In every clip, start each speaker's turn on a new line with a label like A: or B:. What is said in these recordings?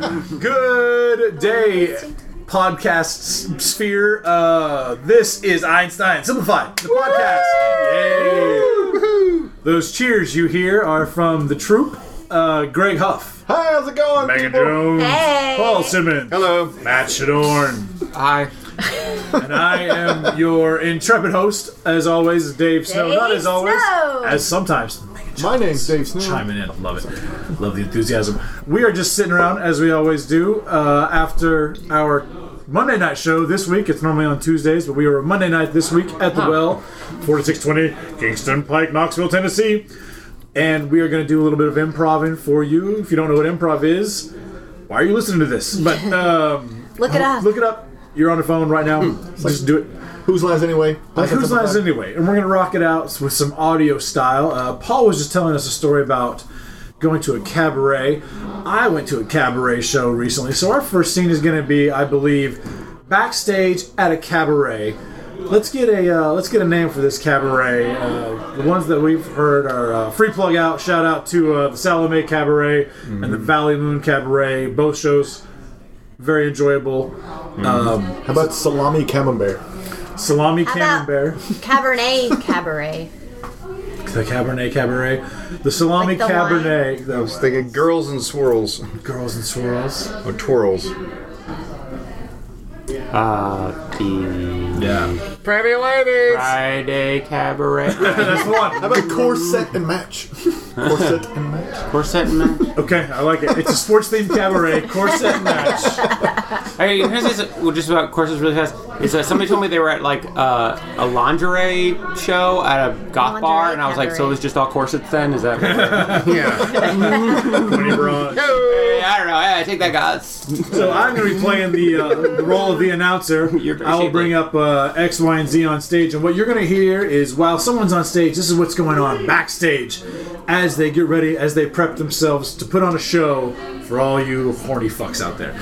A: Good day, podcast s- sphere. Uh, this is Einstein Simplified, the podcast. Yay! Those cheers you hear are from the troop. Uh, Greg Huff,
B: Hi, how's it going? people?
A: Jones,
C: Hey.
A: Paul Simmons,
B: Hello.
A: Matt Shadorn,
D: Hi.
A: and I am your intrepid host, as always, Dave Snow.
C: Dave
A: Not as always,
C: Snow.
A: as sometimes.
B: My name's Dave Snow.
A: chiming in. Love it. Love the enthusiasm. We are just sitting around as we always do uh, after our Monday night show this week. It's normally on Tuesdays, but we were Monday night this week at the Well, 4620 Kingston Pike, Knoxville, Tennessee. And we are going to do a little bit of improving for you. If you don't know what improv is, why are you listening to this? But um,
C: Look it up.
A: look it up. You're on the phone right now. Just do it.
B: Who's last anyway?
A: Like who's last anyway? And we're gonna rock it out with some audio style. Uh, Paul was just telling us a story about going to a cabaret. I went to a cabaret show recently, so our first scene is gonna be, I believe, backstage at a cabaret. Let's get a uh, let's get a name for this cabaret. Uh, the ones that we've heard are uh, Free Plug Out. Shout out to uh, the Salome Cabaret and the Valley Moon Cabaret. Both shows very enjoyable. Um,
B: How about salami camembert?
A: Salami
C: about-
A: Camembert.
C: Cabernet Cabaret.
A: The Cabernet Cabaret, the Salami
C: Like the
A: Cabernet,
E: I
A: those
E: was thinking girls and swirls
A: girls and swirls.
E: or twirls.
D: Uh, the
A: Yeah,
E: Pretty ladies.
D: Friday Cabaret.
A: that's
B: How
A: one.
B: about corset and match? Corset and match.
D: Corset match.
A: Okay, I like it. It's a sports themed cabaret corset match.
D: Hey, can I say something well, just about corsets really fast? Is that somebody told me they were at like uh, a lingerie show at a goth
C: Lingerie
D: bar, and I was like,
C: cabaret.
D: so it was just all corsets then? Is that? yeah,
E: Yeah.
A: Tony Braun.
D: I don't know. I take that, guys.
A: So I'm going to be playing the, uh, the role of the announcer.
D: You're-
A: I will bring up uh, X, Y, and Z on stage, and what you're going to hear is while someone's on stage, this is what's going on backstage as they get ready, as they prep themselves to put on a show for all you horny fucks out there.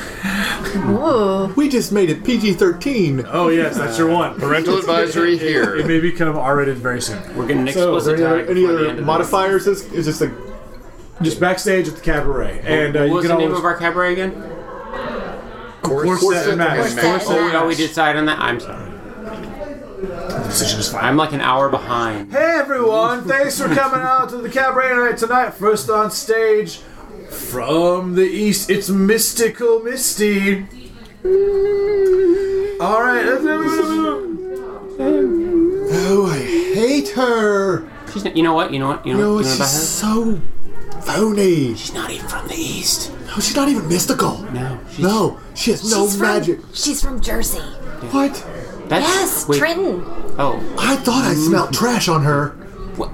C: Ooh.
B: We just made it PG 13.
A: Oh yes, that's your one.
E: Parental advisory
A: It
E: here.
A: may become R-rated very soon.
D: We're getting an
A: So, is there
D: explicit
B: Any other, any
D: tag before the
B: other
D: end of
B: modifiers? Is, is just a.
A: Just backstage at the cabaret,
D: this.
A: and uh,
D: what
A: you
D: was
A: can
D: the name
A: always
D: of our cabaret again?
A: Corset and match.
C: match. Corset
D: Oh, we
C: Match.
D: always decide on that. I'm sorry.
A: decision is fine.
D: I'm like an hour behind.
A: hey everyone, thanks for coming out to the cabaret night tonight. First on stage from the east, it's mystical Misty. All right, let's-
B: Oh, I hate her.
D: She's not, you know what? You know what? You know,
B: No,
D: what- you know
B: she's
D: about her?
B: so phony.
D: She's not even from the east.
B: No, she's not even mystical.
D: No, she's,
B: No, she has no
C: She's from-
B: magic.
C: She's from Jersey.
B: What?
D: That's,
C: Yes,
D: wait,
C: Trenton.
D: Oh,
B: I thought I smelled trash on her.
D: what?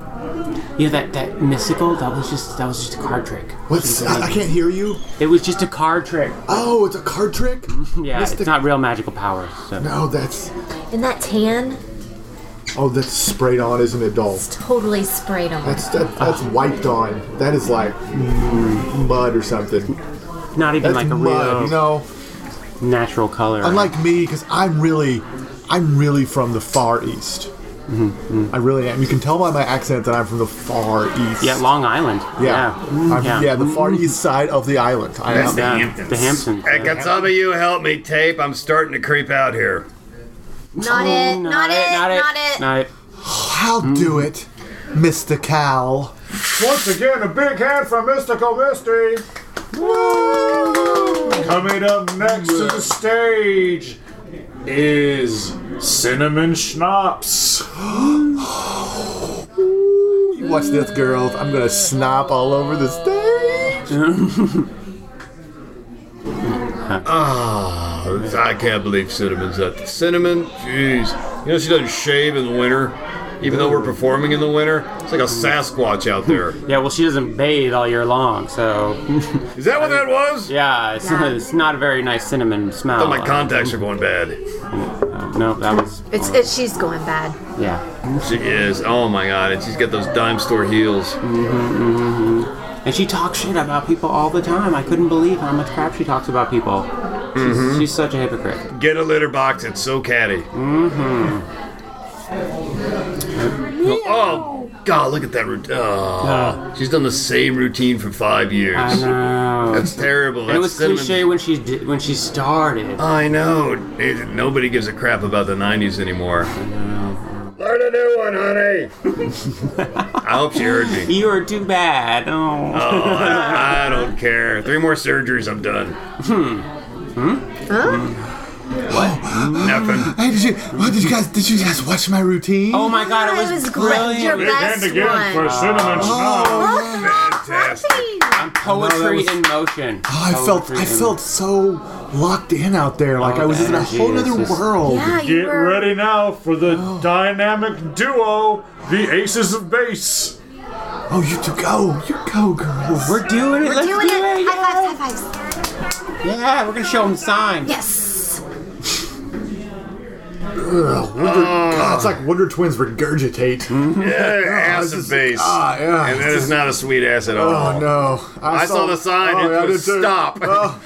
D: Yeah, that that mystical. That was just that was just a card trick.
B: What's. I, I can't hear you.
D: It was just a card trick.
B: Oh, it's a card trick?
D: Yeah,
B: Mystic-
D: it's not real magical powers. So.
B: No, that's.
C: And that tan
B: Oh, that's sprayed on, isn't it, doll?
C: is totally sprayed on.
B: That's that, that's
D: Ah.
B: wiped on. That is like mm, mud or something.
D: Not even
B: That's
D: like a
B: mud,
D: real
B: you know.
D: natural color.
B: Unlike me, because I'm really, I'm really from the far east.
D: Mm-hmm,
B: I really am. You can tell by my accent that I'm from the far east.
D: yeah, Long Island.
B: yeah, I'm-
D: yeah. Mm-hmm.
B: yeah, the far east side of the island. I am.
D: Yeah, The Hamptons.
E: Hey, can some of you help me tape? I'm starting to creep out here.
C: Not it. Not it. Not it. Not it.
D: Not it.
B: I'll
D: Mm-hmm.
B: do it, Mr. Cal.
A: once again, a big hand for mystical Misty. Coming up next to the stage is Cinnamon Schnapps.
B: You watch this, girls. I'm gonna snap all over the stage.
E: I can't believe Cinnamon's at the cinnamon. Jeez. You know she doesn't shave in the winter, even though we're performing in the winter. It's like a Sasquatch out there.
D: Yeah, well, she doesn't bathe all year long, so
E: Is that what that was?
D: yeah, it's,
C: Yeah.
D: it's not a very nice cinnamon smell.
E: Oh, my contacts are going bad.
D: Uh, no, that was.
C: It's, it's she's going bad.
D: yeah,
E: She is. Oh my god. And she's got those dime store heels.
D: and she talks shit about people all the time. I couldn't believe how much crap she talks about people. She's, she's such a hypocrite.
E: Get a litter box. It's so catty. Mm-hmm. Oh, God, look at that routine. She's done the same routine for five years.
D: I know.
E: That's terrible.
D: and
E: That's
D: it was
E: cinnamon.
D: cliche when she did, when she started.
E: I know. It- nobody gives a crap about the 90s anymore. Learn a new one, honey. I hope she heard me.
D: you are too bad. Oh.
E: Oh, I, I don't care. Three more surgeries, I'm done.
B: Hmm.
E: Nothing.
B: Hey, did you? What did you guys? Did you guys watch my routine?
D: Oh my god, it was,
C: It was great.
D: brilliant.
C: Your best one.
F: cinnamon snow.
E: Fantastic.
D: I'm poetry in motion.
B: Oh, I felt
D: Poetry
B: I
D: in-
B: felt so locked in out there, like
D: Oh,
B: I was in a
D: energy
B: whole
D: is
B: other
D: just-
B: world.
C: Yeah, you
F: Get
C: were.
F: ready now for the dynamic duo, the Aces of Base.
B: Oh, you two go, you go, girls.
D: We're doing it. Let's
C: Doing
D: do
C: it.
D: it. Yeah.
C: High fives, high fives.
D: Yeah, we're gonna show them signs.
C: Yes.
B: God, it's like Wonder Twins regurgitate.
E: Yeah,
B: Oh, this
E: acid
B: is-
E: base.
B: ah, yeah.
E: And that is not a sweet ass at all.
B: Oh no!
E: I saw the sign. It
B: I
E: was
B: did too.
E: stop.
B: Oh,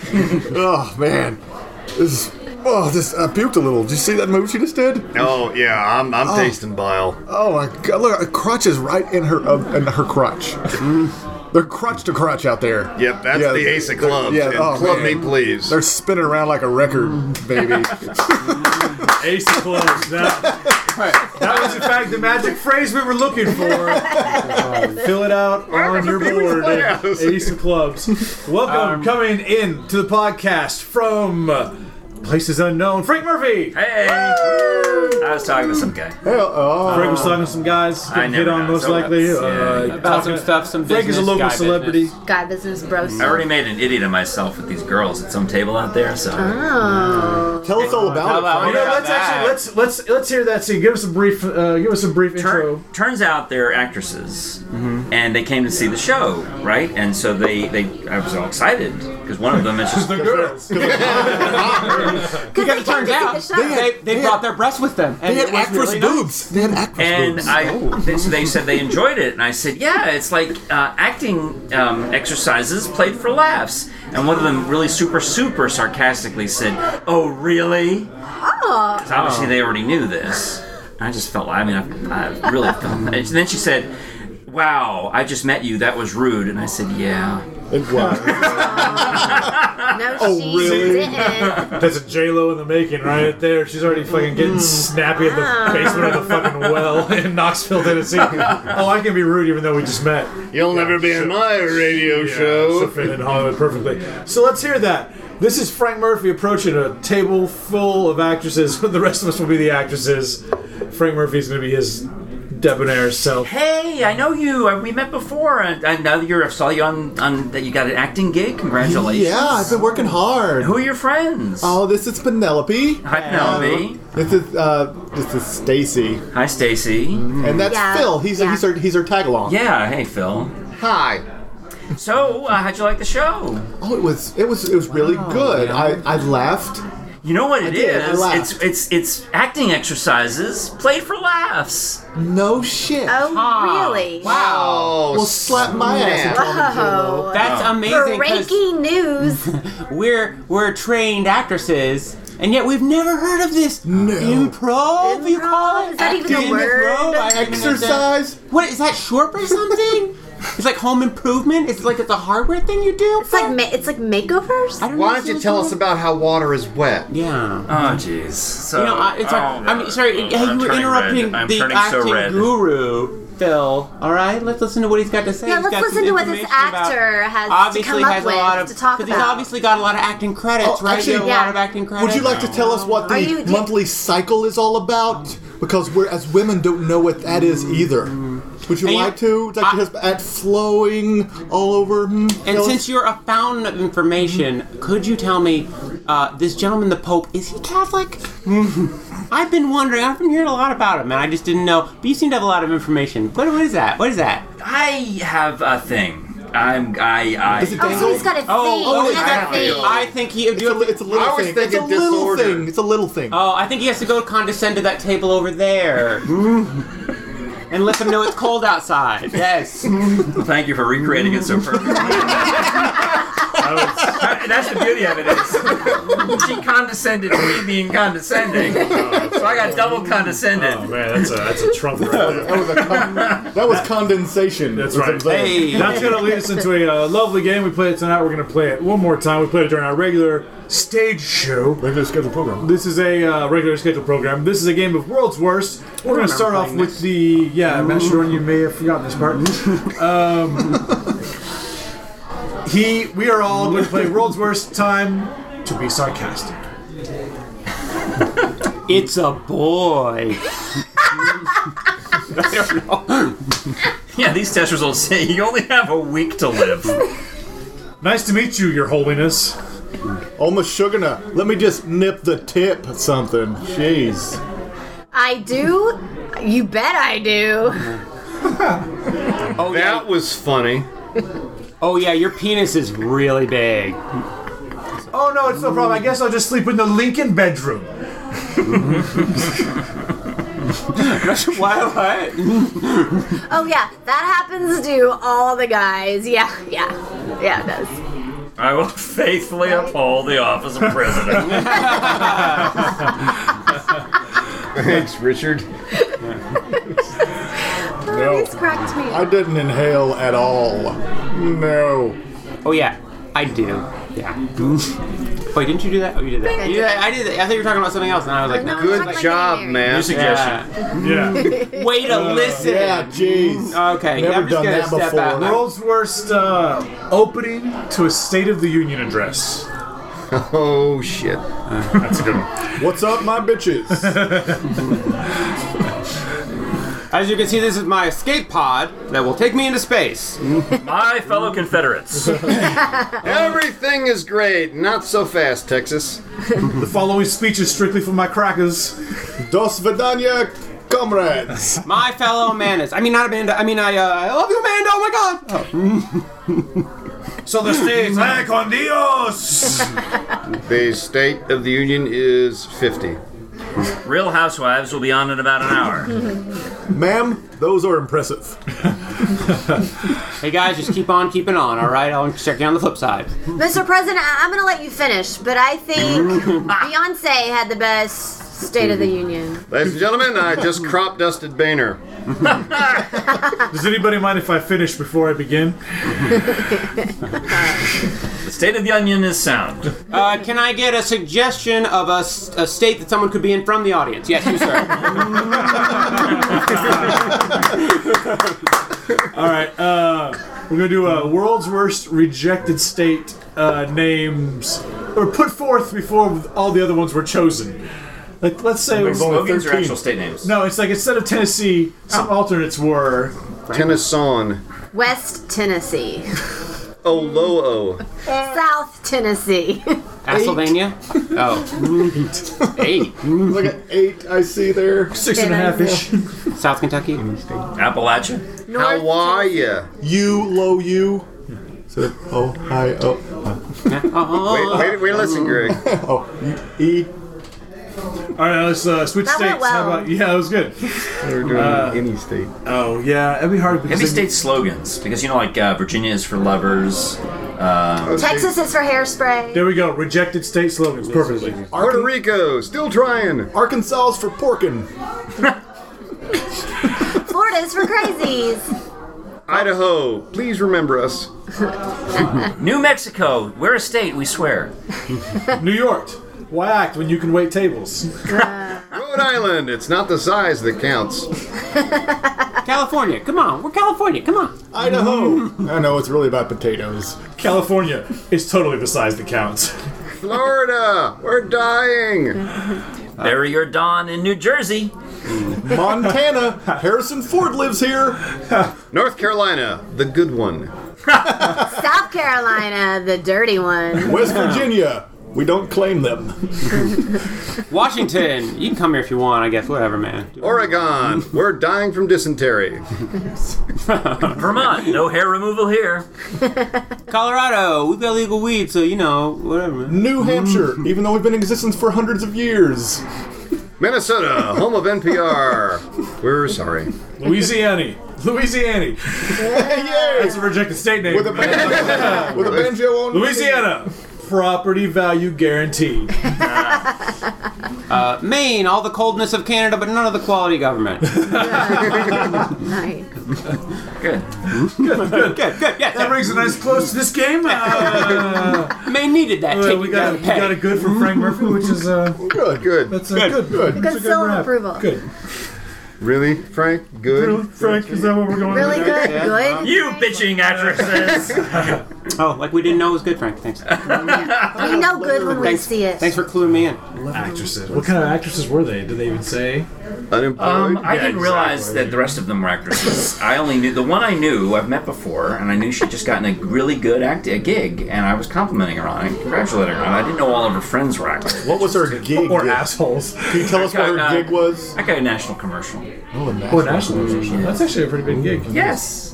B: oh, man, this is. Oh, this I puked a little. Did you see that move she just did?
E: Oh, yeah, I'm, I'm tasting bile.
B: Oh my god! Look, a crotch is right in her uh, in her crotch. they're crotch to crotch out there.
E: Mm-hmm. Yep, that's
B: Yeah,
E: the ace of clubs.
B: yeah,
E: and
B: oh,
E: club
B: man.
E: me, please.
B: They're spinning around like a record, baby.
F: Ace of Clubs. Now,
A: That was, in fact, the magic phrase we were looking for. Fill it out on your board. at
E: Yes.
A: Ace of Clubs. Welcome, coming in to the podcast from uh, Places Unknown, Frank Murphy.
G: Hey! I was talking to some guy.
B: Hell, oh.
A: Frank was talking to some guys.
G: I
A: Hit
G: never
A: on
G: know,
A: most
G: so
A: likely.
G: that's-
A: uh,
G: yeah.
D: About some stuff, some business.
A: Frank is a local
D: guy
A: celebrity.
D: business.
C: God, business bros.
G: I already made an idiot of myself with these girls at some table out there, so.
C: Oh.
B: Tell us all about
D: How
B: it.
D: about-
B: Frank.
A: You know,
D: Yeah,
A: let's
D: that.
A: actually let's let's let's hear that scene. Give us a brief uh, give us a brief intro.
G: Tur- turns out they're actresses, and they came to see the show, right? And so they, they I was all excited because one of them is just
A: girls.
C: Because they came to see the
D: out.
C: show.
D: They, they brought their breasts with them. And
B: They had
D: it was
B: actress
D: really nice.
B: boobs. They had actress
G: and
B: boobs.
G: I,
B: Oh.
G: they, so they said they enjoyed it, and I said, "Yeah, it's like uh, acting um, exercises played for laughs." And one of them really super super sarcastically said, "Oh, really?"
C: Oh.
G: So obviously they already knew this. And I just felt. I mean, I, I really felt. And then she said, "Wow, I just met you. That was rude." And I said, "Yeah."
B: It was.
C: No, she
B: really?
C: didn't.
A: That's a J Lo in the making,
F: Mm-hmm.
A: right there. She's already fucking getting snappy in the basement of the fucking well in Knoxville, Tennessee. oh, I can be rude even though we just met.
E: You'll never be in my radio
A: Yeah,
E: show.
A: it's a fit in Hollywood perfectly. So let's hear that. This is Frank Murphy approaching a table full of actresses. the rest of us will be the actresses. Frank Murphy's going to be his debonair self.
G: Hey, I know you. Uh, We met before, and I know that you're. I saw you on on that you got an acting gig. Congratulations.
B: yeah, I've been working hard.
G: Who are your friends?
B: Oh, this is Penelope.
G: Hi, Penelope.
B: This is uh, this is Stacy,
G: Hi, Stacy.
B: and that's
C: Yeah,
B: Phil. He's
C: yeah.
B: he's our he's our tag along.
G: Mm. Yeah. Hey, Phil.
B: Hi.
G: So, uh, how'd you like the show?
B: Oh, it was it was it was really
C: Oh.
B: good. I I laughed.
G: You know what it
B: did, I
G: is?
B: laughed.
G: It's it's it's acting exercises played for laughs.
B: No shit.
C: Oh, really?
D: Wow.
B: well, slap my ass and call me J-Lo.
C: Oh.
D: That's amazing. 'cause
C: Breaking news.
D: We're we're trained actresses, and yet we've never heard of this
B: No.
D: improv. You call
C: Improv?
D: it
C: Is that even a
D: Acting
C: word?
D: improv? I don't even know if that-
B: Exercise.
D: What is that short for something? it's like home improvement. It's like it's a hardware thing you do.
C: It's like ma- it's like makeovers.
D: I don't know
H: Why
D: if
H: don't you
D: it's
H: tell
D: called-
H: us about how water is wet?
D: Yeah.
G: Oh, jeez. So oh,
D: You know, I, it's like, I'm sorry. hey, you were interrupting the acting guru, Phil. All right, let's listen to what he's got to say.
C: Yeah,
D: He's
C: let's
D: got some
C: listen to what this
D: information about-
C: actor has to
D: obviously
C: come up
D: has a lot
C: with
D: of
C: to talk
D: 'cause He's
C: about.
D: obviously got a lot of acting credits,
B: Oh,
D: right?
B: actually-
D: You have a lot
C: Yeah.
D: of acting credits.
B: Would you like to tell us what the
C: Are you- do-
B: monthly cycle is all about? Because we're as women don't know what that is either. Would you
D: And you-
B: like to? It's Like
D: I-
B: his at flowing all over. hmm,
D: And
B: Phil?
D: since you're a fountain of information, could you tell me, uh, this gentleman, the Pope, is he Catholic? I've been wondering. I've been hearing a lot about him, and I just didn't know. But you seem to have a lot of information. What, what is that? What is that?
G: I have a thing. I'm I I.
B: Does it
C: oh, so he's got a thing.
D: Oh,
C: he
D: he's got
C: has
D: a
C: a thing.
D: I think he.
B: it's a, it's a little
H: I was
B: thing. It's
H: thinking
B: a little
H: disorder.
B: thing. It's a little thing.
D: Oh, I think he has to go condescend to that table over there. and let them know it's cold outside. Yes.
G: Thank you for recreating it so perfectly. That's the beauty of it is she condescended to me being condescending, Oh, so I got double condescended.
F: Oh man, that's a that's a trump right there.
B: That was, a con- that was condensation.
F: That's
B: was
F: right.
B: absorbed.
D: Hey.
A: That's going to lead us into a uh, lovely game. We played it tonight. We're going to play it one more time. We played it during our regular stage show.
B: Regular scheduled program.
A: This is a uh, regular scheduled program. This is a game of World's Worst. We're going to start off
D: playing
A: with the. Yeah, Master Jordan, you may have forgotten this part. Um, he, we are all going to play World's Worst Time to be sarcastic.
D: It's a boy.
G: Yeah, these test results say you only have a week to live.
A: Nice to meet you, Your Holiness.
B: Almost sugarna. Let me just nip the tip something. Jeez.
C: I do. You bet I do.
D: Oh yeah.
E: That was funny.
D: Oh yeah. Your penis is really big.
A: Oh no, it's no problem. I guess I'll just sleep in the Lincoln bedroom.
D: Why? What?
C: Oh yeah, that happens to all the guys. Yeah, yeah, yeah, it does.
G: I will faithfully uphold the office of president.
E: Thanks, Richard.
B: No.
C: It's cracked me.
B: I didn't inhale at all. No.
D: Oh yeah. I do. Yeah. Wait, didn't you do that? Oh, you did that. Yeah, I did that. I thought you were talking about something else, and I was like,
C: No,
D: no.
C: I'm
E: Good
C: not gonna
E: job,
C: get married.
E: man.
G: Music-
D: Yeah.
A: Yeah.
D: Way to listen.
B: Yeah, jeez.
D: Okay,
B: Never
D: yeah, I'm just
B: done
D: gonna
B: that
D: step
B: before.
D: out.
B: Roll-
A: World's worst uh, opening to a State of the Union address.
E: Oh shit.
F: That's a good one.
B: What's up, my bitches?
D: As you can see, this is my escape pod that will take me into space.
G: My fellow Confederates.
E: Everything is great. Not so fast, Texas.
A: The following speech is strictly for my crackers.
B: Dos Vidania comrades.
D: My fellow Amandas. I mean, not Amanda. I mean, I, uh, I love you, Amanda. Oh my God.
A: So the states, hey, con Dios!
E: The State of the Union is 50.
G: Real Housewives will be on in about an hour.
B: Ma'am, those are impressive.
D: Hey guys, just keep on keeping on. All right, I'll check you on the flip side.
C: Mr. President, I- I'm gonna let you finish, but I think Beyonce had the best State of the Union.
E: Ladies and gentlemen, I just crop dusted Boehner.
A: Does anybody mind if I finish before I begin?
G: The state of the onion is sound.
D: Uh, can I get a suggestion of a, s- a state that someone could be in from the audience? Yes, you, sir.
A: All right, uh, we're gonna do a world's worst rejected state uh, names, or put forth before all the other ones were chosen. Like, let's say it was-
G: Slogans are actual state names.
A: no, it's like instead of Tennessee, some alternates were
E: Tennyson.
C: West Tennessee,
E: Oloo.
C: South Tennessee.
D: Pennsylvania. Oh, eight.
B: Like an eight I see there.
A: six and a half ish.
D: South Kentucky.
A: Mm-hmm.
G: Appalachia.
C: North
E: Hawaii.
B: You low you. So, oh, hi, oh,
E: Wait, wait, wait, listen, Greg.
B: oh, you, e.
A: All right, let's uh, switch
C: That went
A: states. How
C: well.
A: about yeah, it was good. Uh,
E: We're doing any state.
A: Oh yeah, that'd be hard because
G: Every state's slogans, because you know, like uh, Virginia is for lovers. Uh,
C: Texas is for hairspray.
A: there we go. Rejected state slogans perfectly.
E: Puerto Rico, still trying.
B: Arkansas's for porkin.
C: Florida is for crazies.
E: Idaho, please remember us.
G: New Mexico, we're a state, we swear.
A: New York. Why act when you can wait tables?
E: Rhode Island, it's not the size that counts.
D: California. Come on, we're California. Come on.
B: Idaho. I know it's really about potatoes.
A: California is totally the size that counts.
E: Florida, we're dying.
A: Uh.
G: Bury your dawn in New Jersey.
B: Montana. Harrison Ford lives here.
E: North Carolina, the good one.
C: South Carolina, the dirty one.
B: West Virginia. We don't claim them.
D: Washington. You can come here if you want. I guess. Whatever, man.
E: Oregon, we're dying from dysentery.
G: Vermont, no hair removal here.
D: Colorado. We've got legal weed, so you know, whatever. Man.
B: New Hampshire, even though we've been in existence for hundreds of years.
E: Minnesota, home of NPR. We're sorry.
A: Louisiana, Louisiana. That's a rejected state name.
B: With a banjo, with a banjo on
A: Louisiana. Property value guaranteed.
D: Uh, Maine, all the coldness of Canada, but none of the quality government.
C: Nice.
G: Good.
D: good, good, yeah.
A: That brings a nice close to this game. Uh,
D: Maine needed that.
A: well,
D: taking
A: we got
D: down
A: we got a
D: peg.
A: good from Frank Murphy, which is uh,
B: Good, good.
A: that's uh, good.
B: Good.
A: That's a
C: Good seal of
A: wrap.
C: approval.
A: Good.
B: Really, Frank? Good.
A: Frank, is that what we're going?
C: Really good. Good.
G: You bitching actresses.
D: Oh, like we didn't know it was good, Frank. Thanks.
C: We know good when we
D: Thanks.
C: see it.
D: Thanks for cluing me in.
A: Actresses. What kind of actresses were they? Did they even say?
B: Unemployed.
G: Um, I
F: Yeah,
G: didn't realize
F: exactly.
G: that the rest of them were actresses. I only knew the one I knew who I've met before, and I knew she'd just gotten a really good act a gig, and I was complimenting her on it, congratulating her on it. I didn't know all of her friends were actors.
B: what was her gig?
A: Or
B: Can
A: assholes?
B: you tell us what her gig was?
G: uh, I got a national commercial.
A: Or national That's actually a pretty big gig.
G: Yes.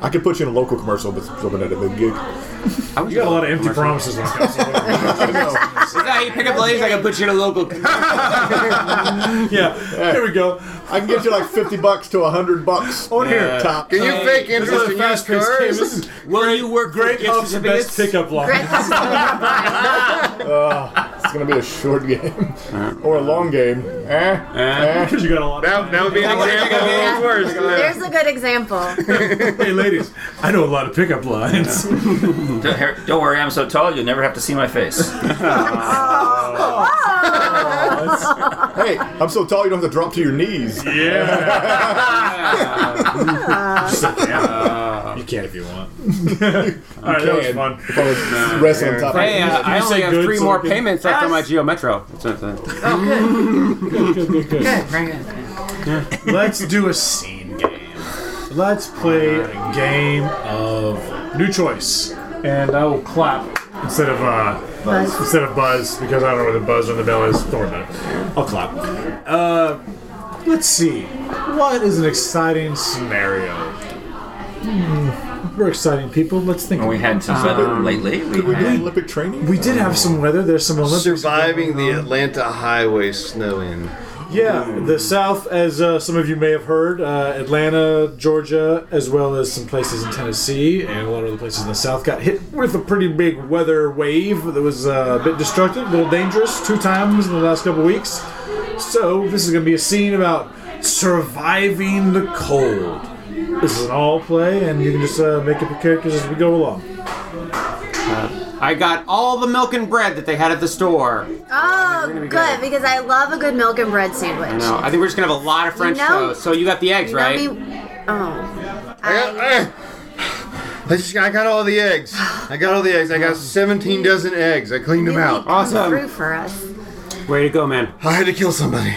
B: I could put you in a local commercial, but still been at a big gig.
A: You got a lot of empty promises. when it comes to-
D: Is that how you pick up ladies? I can put you in a local.
A: yeah. Here we go.
B: I can get you like fifty bucks to hundred bucks
A: On here.
B: top.
E: Can you fake
A: This is
E: interest
A: a
E: in used
A: fast-paced game.
E: cars?
A: This is
D: Will you work
A: great
D: for gift
A: huff's best
D: certificates?
A: pickup line.
C: Great.
B: It's gonna be a short game or a long game. Eh? eh.
A: Because you got a lot.
E: That, that would be an
D: That would be
E: example
D: good,
E: of
D: yeah.
E: what's worse.
C: There's a good example.
A: Hey, ladies, I know a lot of pickup lines.
G: Don't, here- don't worry, I'm so tall you'll never have to see my face.
B: Hey, I'm so tall you don't have to drop to your knees.
F: Yeah.
A: you can if you want.
F: All right, that was
B: Can.
F: fun.
B: If I was wrestling top.
D: Hey, uh, I
A: you
D: only
A: say
D: have
A: good
D: three
A: so
D: more
A: I can-
D: payments left on my Geo Metro. That's what I'm saying.
A: Let's do a scene game. Let's play a game of new choice, and I will clap
F: Instead of uh,
C: Buzz.
F: instead of buzz, because I don't know where the buzz or the bell is. Don't worry about it. I'll clap.
A: Uh, let's see. What is an exciting scenario? Hmm, We're exciting people. Let's think.
G: And we had some weather lately. We
B: We doing
G: had,
B: Olympic training?
A: we did have some weather. There's some Olympics.
E: Surviving
A: going
E: the
A: on.
E: Atlanta highway snowing.
A: Yeah,
D: Hmm.
A: the South, as uh, some of you may have heard, uh, Atlanta, Georgia, as well as some places in Tennessee and a lot of other places in the South, got hit with a pretty big weather wave that was uh, a bit destructive, a little dangerous, two times in the last couple weeks. So this is going to be a scene about surviving the cold. This is an all play, and you can just uh, make up your characters as we go along.
D: I got all the milk and bread that they had at the store.
C: Oh, good because I love a good milk and bread sandwich.
D: No, I think we're just gonna have a lot of French
C: know-
D: toast. So you got the eggs,
C: You know
D: right?
C: me- Oh,
E: I got,
C: I,
E: eh. I, just, I got all the eggs. I got all the eggs. I got 17 dozen eggs. I cleaned them
C: you
E: out.
D: Awesome.
C: through for us.
D: Way to go, man.
E: I had to kill somebody.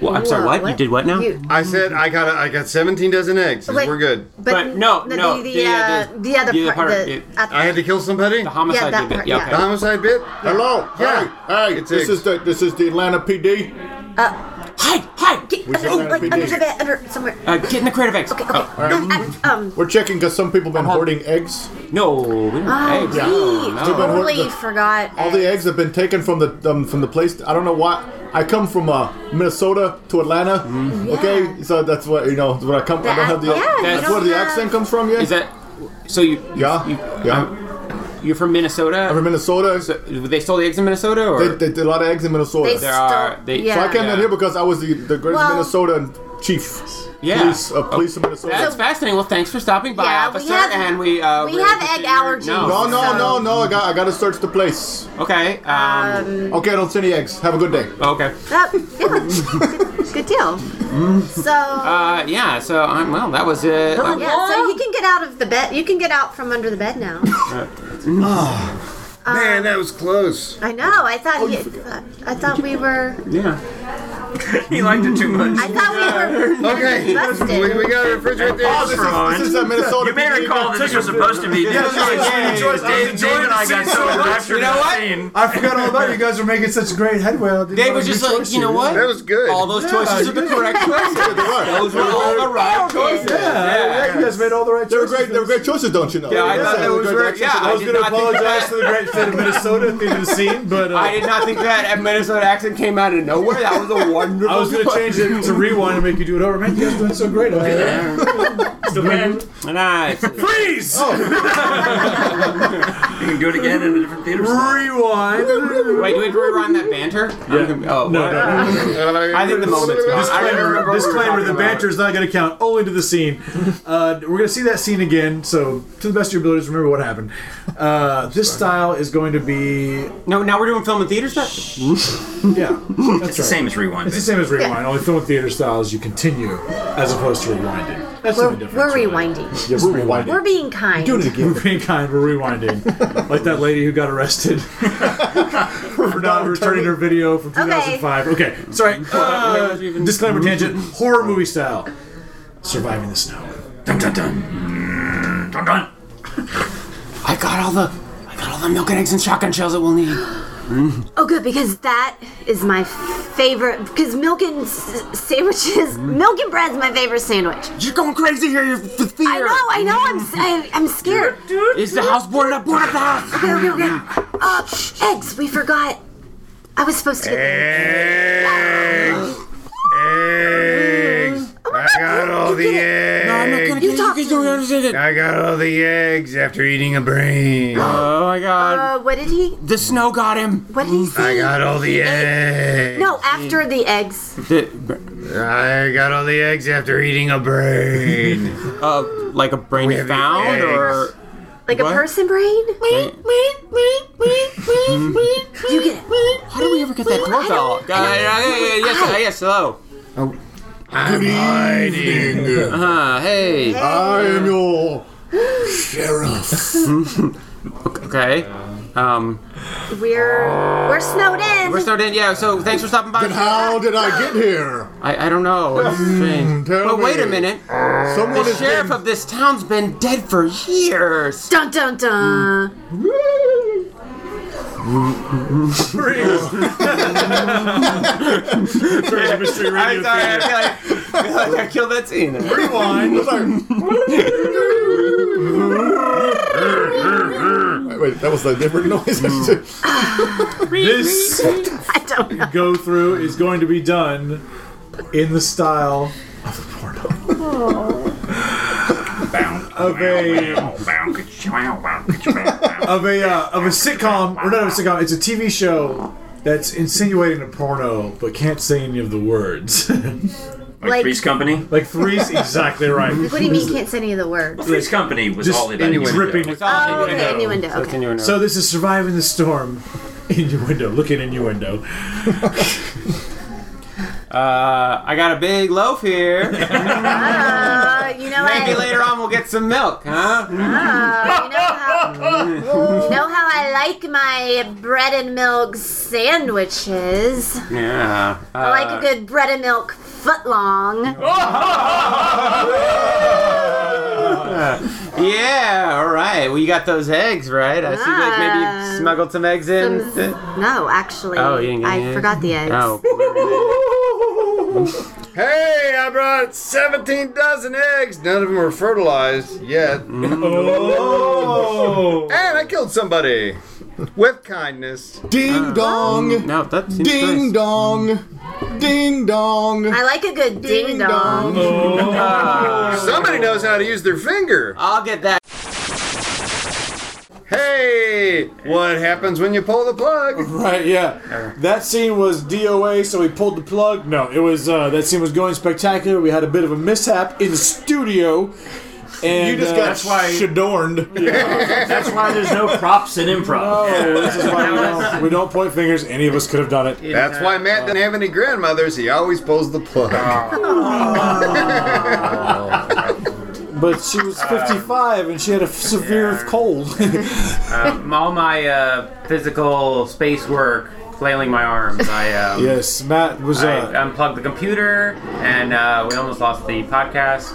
D: Well, I'm sorry,
C: Whoa,
D: what? You did what now?
C: You-
E: I said I got a, I got 17 dozen eggs.
C: Wait.
E: We're good.
C: But,
D: But no,
C: the,
D: no,
C: the, the,
D: the, uh,
C: uh, the other
D: the other
C: part,
D: part,
C: the,
D: it-
C: at-
E: I had to kill somebody.
D: The
E: The
D: homicide
C: that
D: did it.
C: part,
D: Yeah,
C: yeah.
D: okay.
E: homicide bit.
B: Hello.
E: Yeah.
B: Hey, hey
E: It's
B: this
E: eggs.
B: is the this is the Atlanta PD.
C: get,
B: We should
C: oh,
B: have
C: like
B: been
C: under
B: big.
C: the under somewhere.
D: Uh, get in the crate of eggs. Oh,
C: Okay, okay. I, um,
B: We're checking because some people have been hoarding eggs.
D: No, we don't have
C: oh,
D: eggs.
C: we
D: No, no.
B: But what
C: totally
B: the-
C: forgot.
B: All the eggs have been taken from the um, from the place. I don't know why. I come from uh, Minnesota to Atlanta. Mm-hmm. Okay, so that's what you know. What I come. I
C: The
B: don't have the.
C: ac- yeah, you
B: that's
C: don't
B: where the
C: have-
B: accent comes from. Yeah.
D: Is that so? You?
B: yeah.
D: You,
B: yeah.
D: you're from Minnesota.
B: I'm from Minnesota.
D: So they stole the eggs in Minnesota, or
B: they, they did a lot of eggs in Minnesota.
C: They
D: there are
C: Stole-
D: they?
C: yeah.
B: so I came
D: yeah.
B: down here because I was the, the greatest
C: Well-
B: Minnesota chief.
D: Yeah. Oh.
B: Police, uh, police of Minnesota.
D: That's fascinating. Well, thanks for stopping by,
C: Yeah, we
D: officer.
C: have-
D: and we uh,
C: we
D: really
C: have
D: appreciate
C: egg
D: your-
C: allergies.
B: no,
D: No.
B: no,
C: So-
B: no, no. I got I got to search the place.
D: Okay. Um,
B: Okay, I don't send any eggs. Have a good day.
C: Um,
D: Okay.
C: That, yeah, good, good deal.
D: Hmm?
C: So
D: Uh, yeah. So um, well, that was it. Um, That was-
C: yeah, so you can get out of the bed. You can get out from under the bed now.
E: Man, that was close.
C: I know. I thought.
E: Oh,
C: he, I thought we were.
D: yeah.
G: he liked it too much.
C: I thought we were.
E: Okay.
C: Busted.
E: We, we got a refrigerator.
B: Oh,
G: Pause
B: This
G: for a
B: is, this is
G: moment.
B: that Minnesota.
G: You may
B: PD.
G: recall that these were supposed to be. Dave Dave and I got so enraptured in
D: know
G: the
D: what?
G: scene.
A: I forgot all about it. you guys are making such great headway. I didn't
D: Dave
A: know
D: was
A: new
D: just like,
A: choices.
D: you know what?
E: That was good.
D: All those choices are the correct choices.
B: They were.
D: Those were all the right choices.
A: Yeah, yeah, you guys made all the right
B: They were
A: choices.
B: great. They were great choices, don't you know?
D: Yeah, I thought that was great. Yeah,
A: I was
D: did
A: going to
D: not think
A: apologize
D: that-
A: to the great state of Minnesota at the end of the scene, but uh,
D: I did not think that a Minnesota accent came out of nowhere. That was a
B: one.
A: I was gonna change it to rewind and make you do it over. Man, you guys are doing so great over there.
D: Nice.
A: Freeze!
G: You can do it again in a different theater. style.
A: Rewind.
D: Wait, wait, we're on that banter? I'm gonna- Oh,
A: No, no.
E: uh,
D: I think the moment's gone. I don't remember
A: Disclaimer,
D: what we were
A: disclaimer
D: talking
A: the
D: about.
A: banter is not going to count, only to the scene. Uh, we're going to see that scene again, so to the best of your abilities, remember what happened. Uh, this style is going to be.
D: No, now we're doing film and theater stuff?
A: Yeah,
G: It's the same as rewind.
A: it's the same as Rewind, only film and theater style is you continue as opposed to rewinding. That's
C: We're,
A: the difference.
C: we're
A: really.
C: rewinding.
B: Yeah, we're rewinding.
C: We're being kind.
B: doing it again.
A: We're being kind, we're rewinding. like that lady who got arrested for not returning her video from 2005. Okay, sorry. Uh, disclaimer tangent horror movie style. Surviving the snow.
G: Dun dun dun. Dun dun.
D: I got all the I got all the milk and eggs and shotgun shells that we'll need.
C: Oh, good, because that is my favorite. Because milk and s- sandwiches,
E: Mm-hmm.
C: milk and bread's my favorite sandwich.
D: You're going crazy here, you f- theater.
C: I know, I know, I'm, s- I, I'm scared.
D: Is the house boarded up? Boarded up the house.
C: Okay, okay, okay. Uh, eggs, we forgot. I was supposed to get
E: Eh.
C: them.
E: Eggs. I got all the eggs.
C: You talk to me.
E: I got all the eggs after eating a brain.
D: Oh my god.
C: Uh, what did he,
D: The snow got him.
C: what did he
E: I
C: say?
E: got all the eggs.
C: No, after the eggs.
D: The,
E: I got all the eggs after eating a brain.
D: uh, like a brain
E: have
D: found
E: eggs.
D: or
C: Like a
D: What?
C: person brain?
D: Mm-hmm.
C: You get it.
D: how do we ever get that doorbell? Uh, yeah, yeah, yeah, yes, uh, yes, hello.
E: I'm hiding.
D: Uh, hey.
B: I am your sheriff.
D: Okay. Um,
C: We're, we're snowed in.
D: we're snowed in. Yeah. So thanks for stopping by.
B: And how did I get here?
D: I, I don't know. It's strange.
B: Hmm, tell
D: But wait a
B: me.
D: minute.
B: Someone
D: The
B: is
D: sheriff
B: been-
D: of this town's been dead for years.
C: Dun dun
D: Mm.
C: dun.
A: Mystery
D: I'm
A: radio
D: sorry.
A: theater.
D: I feel like I, feel like I killed that scene.
B: rewind. It's like. Wait, wait, that was a different noise.
A: This
C: I don't know.
A: go through is going to be done in the style of a porno. of a of a uh, of a sitcom or not a sitcom. It's a TV show that's insinuating a porno but can't say any of the words.
G: Like Three's Company.
A: like three's exactly right.
C: What do you mean can't say any of the words?
G: Three's Company was
A: Just
G: all about
A: anyway.
G: innuendo.
A: dripping.
D: It's all
C: Oh, okay, innuendo,
D: So it's
C: okay.
D: innuendo.
A: So this is surviving the storm. Innuendo. Look at innuendo.
D: Uh, I got a big loaf here.
C: Uh, you know what?
D: Maybe later on we'll get some milk, huh?
C: Uh, you know how you know how I like my bread and milk sandwiches.
D: Yeah.
C: I
D: Uh.
C: like a good bread and milk footlong.
D: Yeah, all right. Well, you got those eggs, right? I see, like, maybe you
C: Uh,
D: smuggled some eggs in.
C: No, actually,
D: Oh, you didn't get
C: I
D: any eggs?
C: forgot the eggs.
D: Oh.
E: Hey, I brought 17 dozen eggs. None of them were fertilized yet.
A: Mm. Oh.
E: And I killed somebody with kindness.
B: Ding dong.
D: No, that seems
B: Ding
D: nice.
B: dong. Ding dong.
C: I like a good ding, dong.
E: Somebody knows how to use their finger.
D: I'll get that.
E: Hey, what happens when you pull the plug?
A: Right, yeah. That scene was DOA, so we pulled the plug. No, it was uh, that scene was going spectacular. We had a bit of a mishap in the studio, and
B: You just
A: uh,
B: got
A: that's why.
B: shadorned.
F: That's why there's no props in improv.
A: Oh, this is why we don't, we don't point fingers. Any of us could have done it.
E: That's why Matt didn't have any grandmothers. He always pulls the plug.
A: But she was um, 55 and she had a severe cold.
H: Um, all my uh, physical space work, flailing my arms. I,
D: uh,
H: um,
A: yes, Matt was.
H: I
A: Uh,
H: unplugged the computer, and uh, we almost lost the podcast.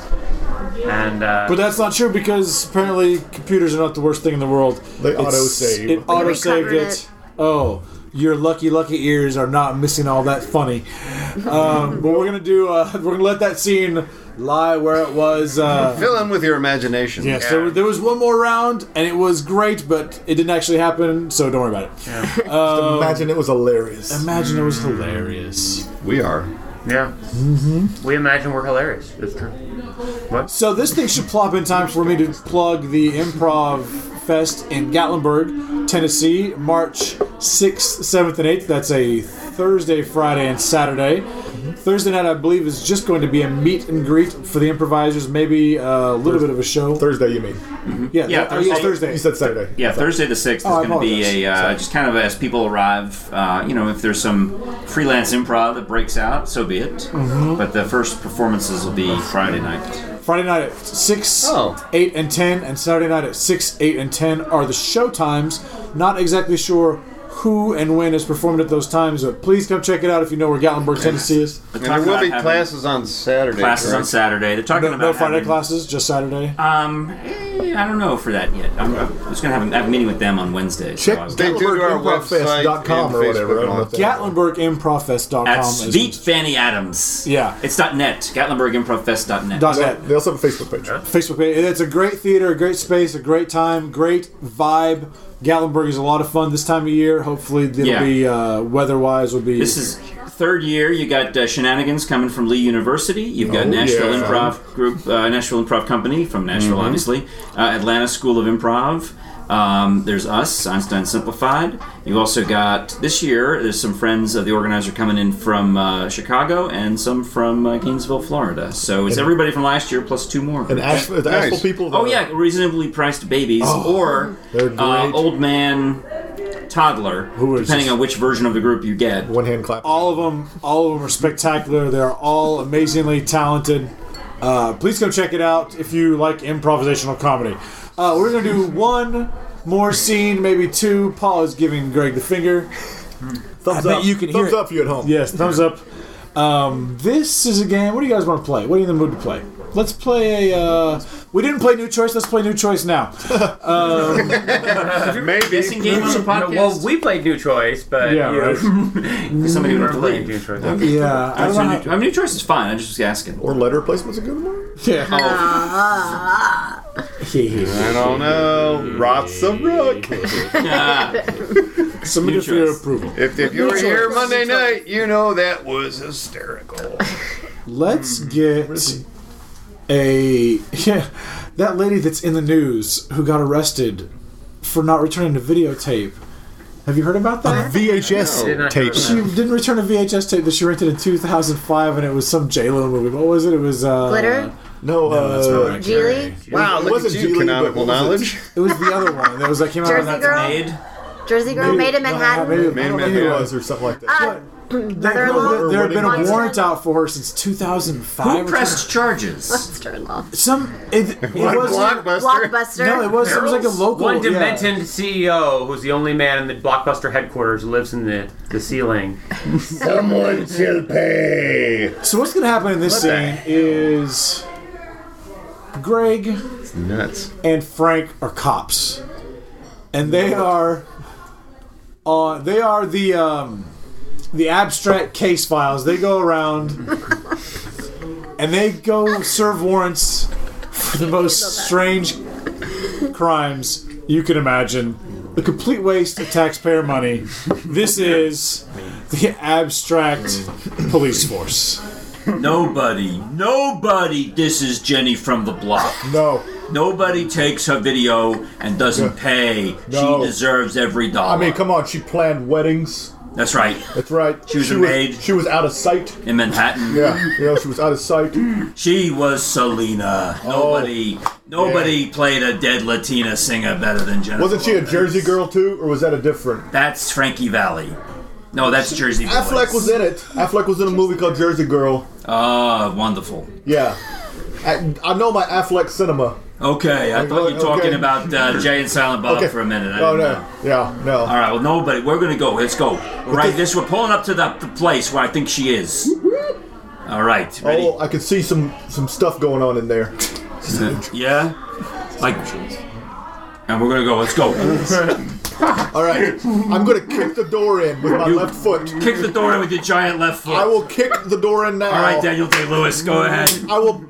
H: And uh,
A: but that's not true because apparently computers are not the worst thing in the world.
B: They
A: It's-
B: autosave.
A: It auto saved
C: recovered
A: it.
C: it.
A: Oh, your lucky lucky ears are not missing all that funny. Um, but we're gonna do. Uh, we're gonna let that scene lie where it was. Uh,
E: Fill in with your imagination.
A: yes, there, there was one more round and it was great, but it didn't actually happen. So don't worry about it.
B: Imagine it was hilarious.
A: Imagine it was hilarious.
E: We are.
H: Yeah. Mm-hmm. We imagine we're hilarious. It's true.
A: So this thing should plop in time for me to plug the Improv Fest in Gatlinburg, Tennessee, March 6th, 7th, and 8th. That's a Thursday, Friday, and Saturday. Thursday night, I believe, is just going to be a meet and greet for the improvisers, maybe a little bit of a show.
B: Thursday, you mean?
A: yeah,
G: Yeah,
A: oh, yes,
G: Thursday.
A: Thursday.
B: You said Saturday.
G: Yeah, Thursday the sixth
A: Oh, I
G: is going to be
A: apologize.
G: a uh,
A: Sorry.
G: just kind of as people arrive. Uh, you know, if there's some freelance improv that breaks out, so be it.
A: Mm-hmm.
G: But the first performances will be Friday night.
A: Friday night at 6,
E: Oh.
A: 8, and 10, and Saturday night at 6, 8, and 10 are the show times. Not exactly sure who and when is performed at those times, but please come check it out if you know where Gatlinburg, Tennessee is.
G: They're
E: And there
G: talking
E: will
G: about
E: be
G: having
E: classes on Saturday.
G: Classes on
E: correct?
G: Saturday. They're talking
A: No,
G: about
A: no Friday
G: having-
A: classes, just Saturday.
G: Um, eh, I don't know for that yet. I'm, I'm just gonna have a, have a meeting with them on Wednesday. so
B: Check
G: I was-
E: They do to our
B: GatlinburgImprovFest.com or
E: website and
B: whatever. I
E: Facebook
B: don't know
E: on
B: if they-
A: GatlinburgImprofest.com.
G: at
A: is-
G: Beat Fanny Adams.
A: Yeah.
G: it's .net. GatlinburgImprovFest.net.
A: Dot net.
B: They also have a Facebook page.
A: Facebook page. It's a great theater, a great space, a great time, great vibe. Gatlinburg is a lot of fun this time of year. Hopefully, it'll
G: Yeah.
A: be uh, weather-wise will be.
G: This is third year. You got uh, Shenanigans coming from Lee University. You've got
B: Oh,
G: Nashville
B: yeah. Mm-hmm.
G: Improv Group, uh, Nashville Improv Company from Nashville, obviously. Uh, Atlanta School of Improv. Um, there's us, Einstein Simplified. You've also got this year. There's some friends of the organizer coming in from uh, Chicago and some from uh, Gainesville, Florida. So it's everybody from last year plus two more.
B: And Ash, the
E: Nice.
B: Asheville people.
G: Oh
B: the-
G: yeah, reasonably priced babies or
B: Oh. They're
G: uh,
B: great.
G: old man toddler,
A: is
G: depending
A: just-
G: on which version of the group you get.
B: One hand clap.
A: all of them all of them are spectacular they're all amazingly talented uh, please go check it out if you like improvisational comedy uh, we're gonna do one more scene maybe two paul is giving greg the finger
B: thumbs
A: bet
B: up.
A: you can hear
B: thumbs
A: it.
B: up for you at home.
A: yes thumbs up um, this is a game what do you guys want to play what are you in the mood to play let's play a uh, we didn't play new choice let's play new choice now
E: Maybe.
G: Guessing game on the podcast.
H: Well, we played New Choice, but
A: Yeah,
H: you-
G: somebody would have to
H: we're playing
G: leave.
H: New Choice.
A: yeah i don't know how-
G: I mean, new choice is fine. I just was asking.
B: Or letter replacement's a good one.
A: yeah.
E: I don't know. Rots of Rook.
G: Ah,
A: submitted for your
G: choice.
A: approval
E: If, if you were here Monday night, you know that was hysterical.
A: Let's get a yeah that lady that's in the news who got arrested for not returning a videotape. Have you heard about that?
H: Did
B: VHS
H: not
B: tapes.
A: She didn't return a VHS tape that she rented in 2005, and it was some J Lo movie. What was it? It was uh,
C: Glitter?
D: Oh.
B: No, uh,
A: right.
C: Geely?
E: Wow, look at
B: wasn't
E: you,
B: Geely,
E: canonical
B: but what was
E: knowledge.
A: It was the other one that was that came out. on
C: Jersey
A: that
C: Girl?
G: Made.
C: Jersey Girl? Made in Manhattan?
A: Maybe,
E: Made in
B: I think it
E: Manhattan.
B: was or something like that.
G: Ah.
A: That
C: Mother-in-law?
A: girl, there- there had been a
C: Monster.
A: warrant out for her since 2005.
G: Who pressed charges?
C: Sister-in-law.
A: Some it, it
E: What
A: was
E: blockbuster?
C: Blockbuster?
A: no, it was, it was like a local
H: One
A: yeah.
H: demented CEO E who's the only man in the blockbuster headquarters who lives in the, the ceiling.
E: Someone shall pay.
A: So what's gonna happen in this
E: What the
A: scene is Greg
E: Nuts.
A: and Frank are cops, and they are on. They are the um, the abstract case files. They go around and they go serve warrants for the most strange crimes you can imagine. The complete waste of taxpayer money. This is the abstract police force.
G: Nobody, nobody. This is Jenny from the block.
B: No,
G: Nobody takes her video and doesn't pay.
B: No.
G: She deserves every dollar.
B: I mean, come on. She planned weddings.
G: That's right.
B: That's right.
G: She was a maid.
B: She was out of sight.
G: In Manhattan,
B: Yeah, you know, she was out of sight.
G: she was Selena.
B: Oh,
G: Nobody, nobody played a dead Latina singer better than Jennifer.
B: Wasn't she a
G: Lopez.
B: Jersey girl too, or was that a different?
G: That's Frankie Valley. No, that's Jersey.
B: Affleck
G: Boys.
B: was in it. Affleck was in a movie called Jersey Girl.
G: Ah, wonderful.
B: Yeah, I, I know my Affleck cinema.
G: Okay, I thought you were
B: Okay.
G: talking about uh, Jay and Silent Bob
B: Okay.
G: for a minute. I
B: Oh
G: didn't
B: no,
G: know.
B: yeah, no.
G: All right, well, nobody. We're gonna go. Let's go. All right,
B: the-
G: this we're pulling up to the, the place where I think she is. All right, ready?
B: Oh, I could see some some stuff going on in there. Oh.
G: Yeah, like, and we're gonna go. Let's go.
B: All right, I'm gonna kick the door in with my left foot.
G: Kick the door in with your giant left foot.
B: I will kick the door in now.
G: All right, Daniel Day Lewis, go ahead.
B: I will,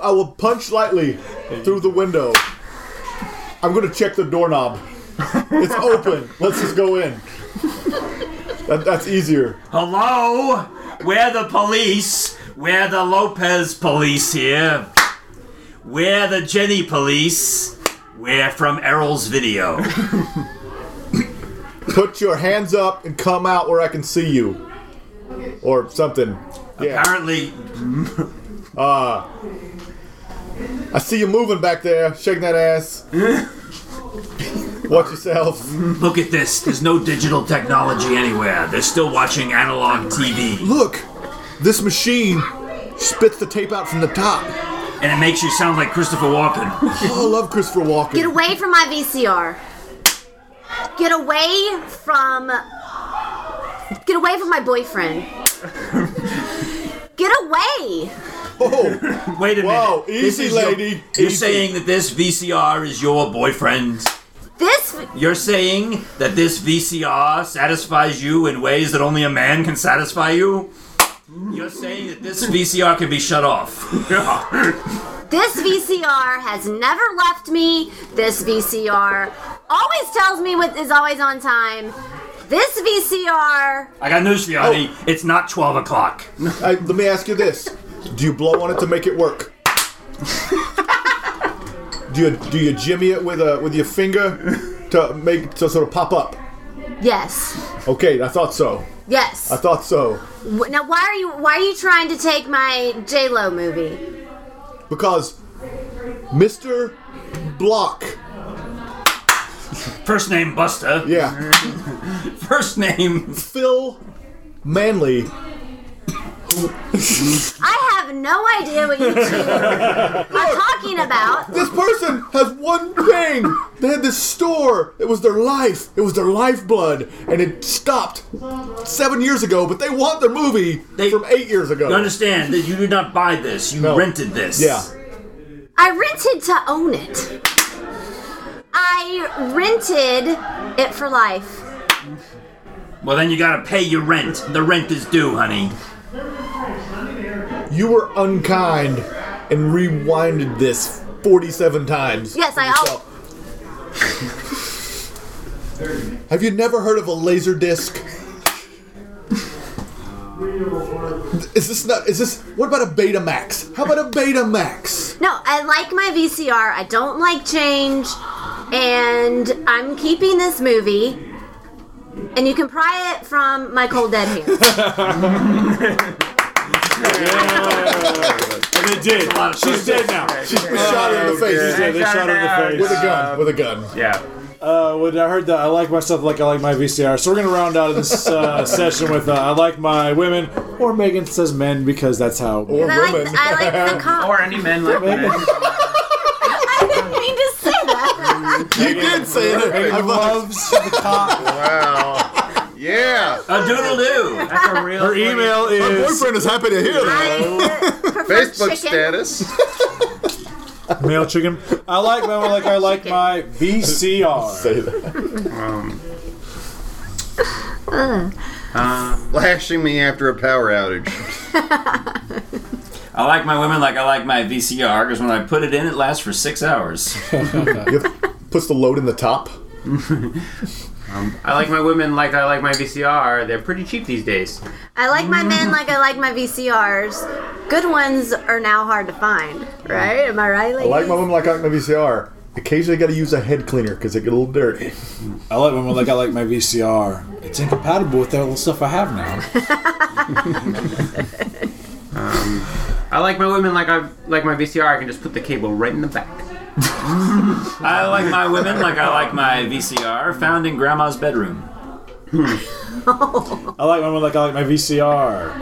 B: I will punch lightly through the window. I'm gonna check the doorknob. It's open. Let's just go in. That, that's easier.
G: Hello, We're the police. We're the Lopez police here. We're the Jenny police. We're from Errol's video.
B: Put your hands up and come out where I can see you, or something. Yeah.
G: Apparently,
B: I see you moving back there. Shake that ass. Watch yourself.
G: look at this. There's no digital technology anywhere. They're still watching analog TV.
B: Look, this machine spits the tape out from the top.
G: And it makes you sound like Christopher Walken.
B: Oh, I love Christopher Walken.
C: Get away from my VCR. Get away from. Get away from my boyfriend. Get away!
B: Oh,
G: Wait a
B: Whoa,
G: minute. This
B: easy,
G: is your-
B: lady,
G: you're
B: easy.
G: saying that this VCR is your boyfriend.
C: This.
G: You're saying that this VCR satisfies you in ways that only a man can satisfy you? You're saying that this VCR can be shut off.
C: This VCR has never left me. This VCR always tells me what is always on time. This VCR.
G: I got news for you, honey.
B: Oh.
G: It's not 12 o'clock.
B: I, let me ask you this: Do you blow on it to make it work? do you do you jimmy it with a with your finger to make to sort of pop up?
C: Yes.
B: Okay, I thought so.
C: Yes.
B: I
A: Uh,
B: thought so
C: Wh- Now, why are you why are you trying to take my J Lo movie?
B: because Mr. Block,
G: First name Buster.
B: yeah,
G: First name.
B: Phil Manley.
C: I have no idea what you two are talking about.
B: This person has one thing. They had this store. It was their life. It was their lifeblood, and it stopped seven years ago. But they want their movie
G: They-
B: from eight years ago.
G: You understand that you did not buy this. You
B: No.
G: rented this.
B: Yeah.
C: I rented to own it. I rented it for life.
G: Well, then you gotta pay your rent. The rent is due, honey.
B: You were unkind and rewinded this 47 times.
C: Yes, I al-
B: Have you never heard of a laser disc? Is this not? Is this? What about a Betamax? How about a Betamax?
C: No, I like my VCR. I don't like change. And I'm keeping this movie. And you can pry it from my cold dead hands.
F: And they did.
G: lot of
F: She's dead now.
B: She's been shot in the
F: She's
B: face
F: dead. They shot her in the
B: with a
F: face.
B: gun. With a gun.
H: Yeah.
A: Uh, when I heard that, I like myself like I like my VCR. So we're gonna round out this uh, session with uh, I like my women, or Megan says men because that's how.
B: Or
C: I like,
B: women.
C: I like the cop.
H: Or any men like that.
C: I didn't mean to say that.
B: you did say it. I
A: Megan
B: love.
A: loves the cop.
E: Wow. Yeah.
G: A doodle doo.
H: That's a real.
A: Her email
B: My
A: is
B: boyfriend is happy to hear that.
C: I prefer
E: Facebook
C: chicken.
E: status.
A: male chicken. I like my women like I like my VCR.
B: Say that.
E: Flashing me after a power outage.
G: I like my women like I like my VCR because when I put it in, it lasts for six hours.
B: You puts the load in the top.
H: I like my women like I like my VCR. They're pretty cheap these days.
C: I like my men like I like my VCRs. Good ones are now hard to find, right? Am I right?
B: I like my women like I like my VCR. Occasionally, I gotta use a head cleaner because they get a little dirty.
A: I like my women like I like my VCR. It's incompatible with that little stuff I have now.
H: I like my women like I like my VCR. I can just put the cable right in the back.
G: I like my women like I like my VCR found in grandma's bedroom.
A: I like my women like I like my VCR.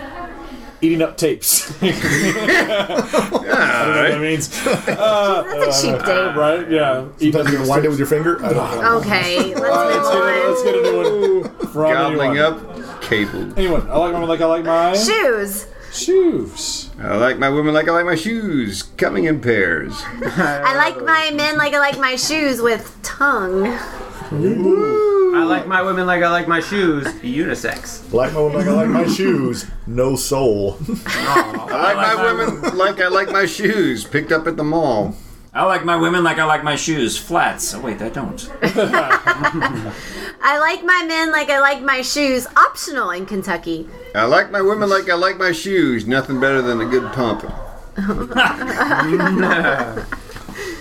A: Eating up tapes. that means
C: That's a cheap date.
A: right? Yeah. Eating
B: Sometimes you can wind it with your finger. I don't know.
C: Okay, let's move on.
A: Let's get a new one. From
E: Gobbling
A: anyone.
E: up cable.
A: Anyone. I like my like I like my
C: Shoes.
A: shoes.
E: I like my women like I like my shoes. Coming in pairs.
C: I like my men like I like my shoes with tongue.
H: I like my women like I like my shoes. Unisex.
B: Like my women like I like my shoes. No soul.
E: I like my women like I like my shoes. Picked up at the mall.
G: I like my women like I like my shoes. Flats. Oh, wait, I don't.
C: I like my men like I like my shoes. Optional in Kentucky.
E: I like my women like I like my shoes. Nothing better than a good pump.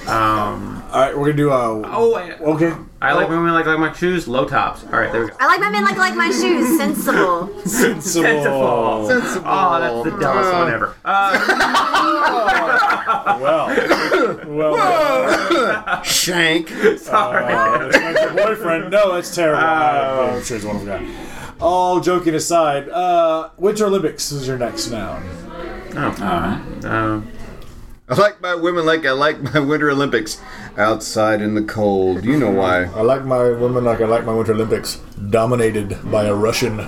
H: All right, we're gonna do a.
D: Oh, I,
H: Okay.
D: I like women like like my shoes, low tops. All right, there we go.
C: I like my men like I like my shoes. Sensible.
D: Sensible.
E: Sensible.
D: Oh, that's the dumbest one ever. Uh,
I: Well, well, well.
E: Shank.
D: sorry.
I: Uh, that's your boyfriend.
H: No, that's terrible. I- I'm sure it's one of them. All joking aside, uh, Winter Olympics is your next noun.
G: All right.
D: Um,
E: I like my women like I like my Winter Olympics. Outside in the cold. You know why.
B: I like my women like I like my Winter Olympics, dominated by a Russian.
C: I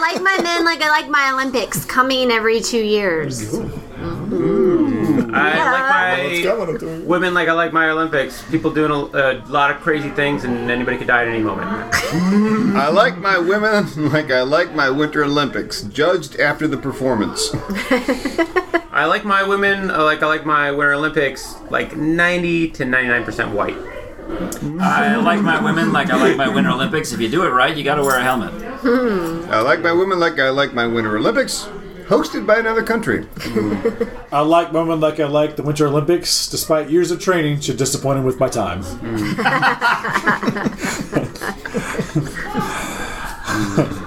C: like my men like I like my Olympics coming every two years.
D: I like my
B: coming through.
D: women like I like my Olympics. People doing a, a lot of crazy things, and anybody could die at any moment.
E: I like my women like I like my Winter Olympics. Judged after the performance.
D: I like my women uh, like I like my Winter Olympics like 90 to 99 percent white.
G: I like my women like I like my Winter Olympics. If you do it right, you got to wear a helmet.
E: I like my women like I like my Winter Olympics. Hosted by another country.
H: I like women like I like the Winter Olympics, despite years of training, should disappoint him with my time.
G: Mm-hmm.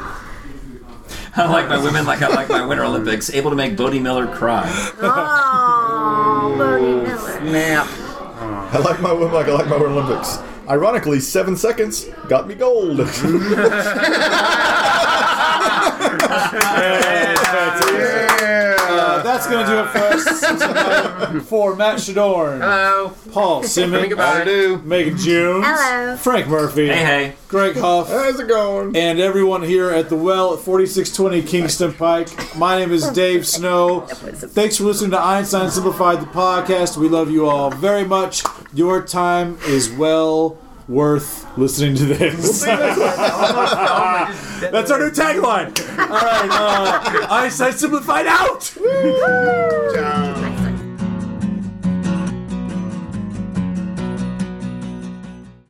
G: I like my women like I like my Winter Olympics. Able to make Bodie Miller cry.
C: Oh, Bonnie Miller.
B: I like my women like I like my Winter Olympics. Ironically, seven seconds got me gold.
E: Yeah.
H: Uh, That's gonna do it for us tonight for Matt Shadorn,
D: Hello.
H: Paul Simmons,
E: I do.
H: Megan June,
C: Hello.
H: Frank Murphy,
G: Hey, hey.
H: Greg Huff,
B: How's it going?
H: and everyone here at the well at 4620 Kingston Pike. My name is Dave Snow. Thanks for listening to Einstein Simplified, the podcast. We love you all very much. Your time is well worth listening to this. That's our new tagline. All right, uh, Einstein Simplified out.
E: John.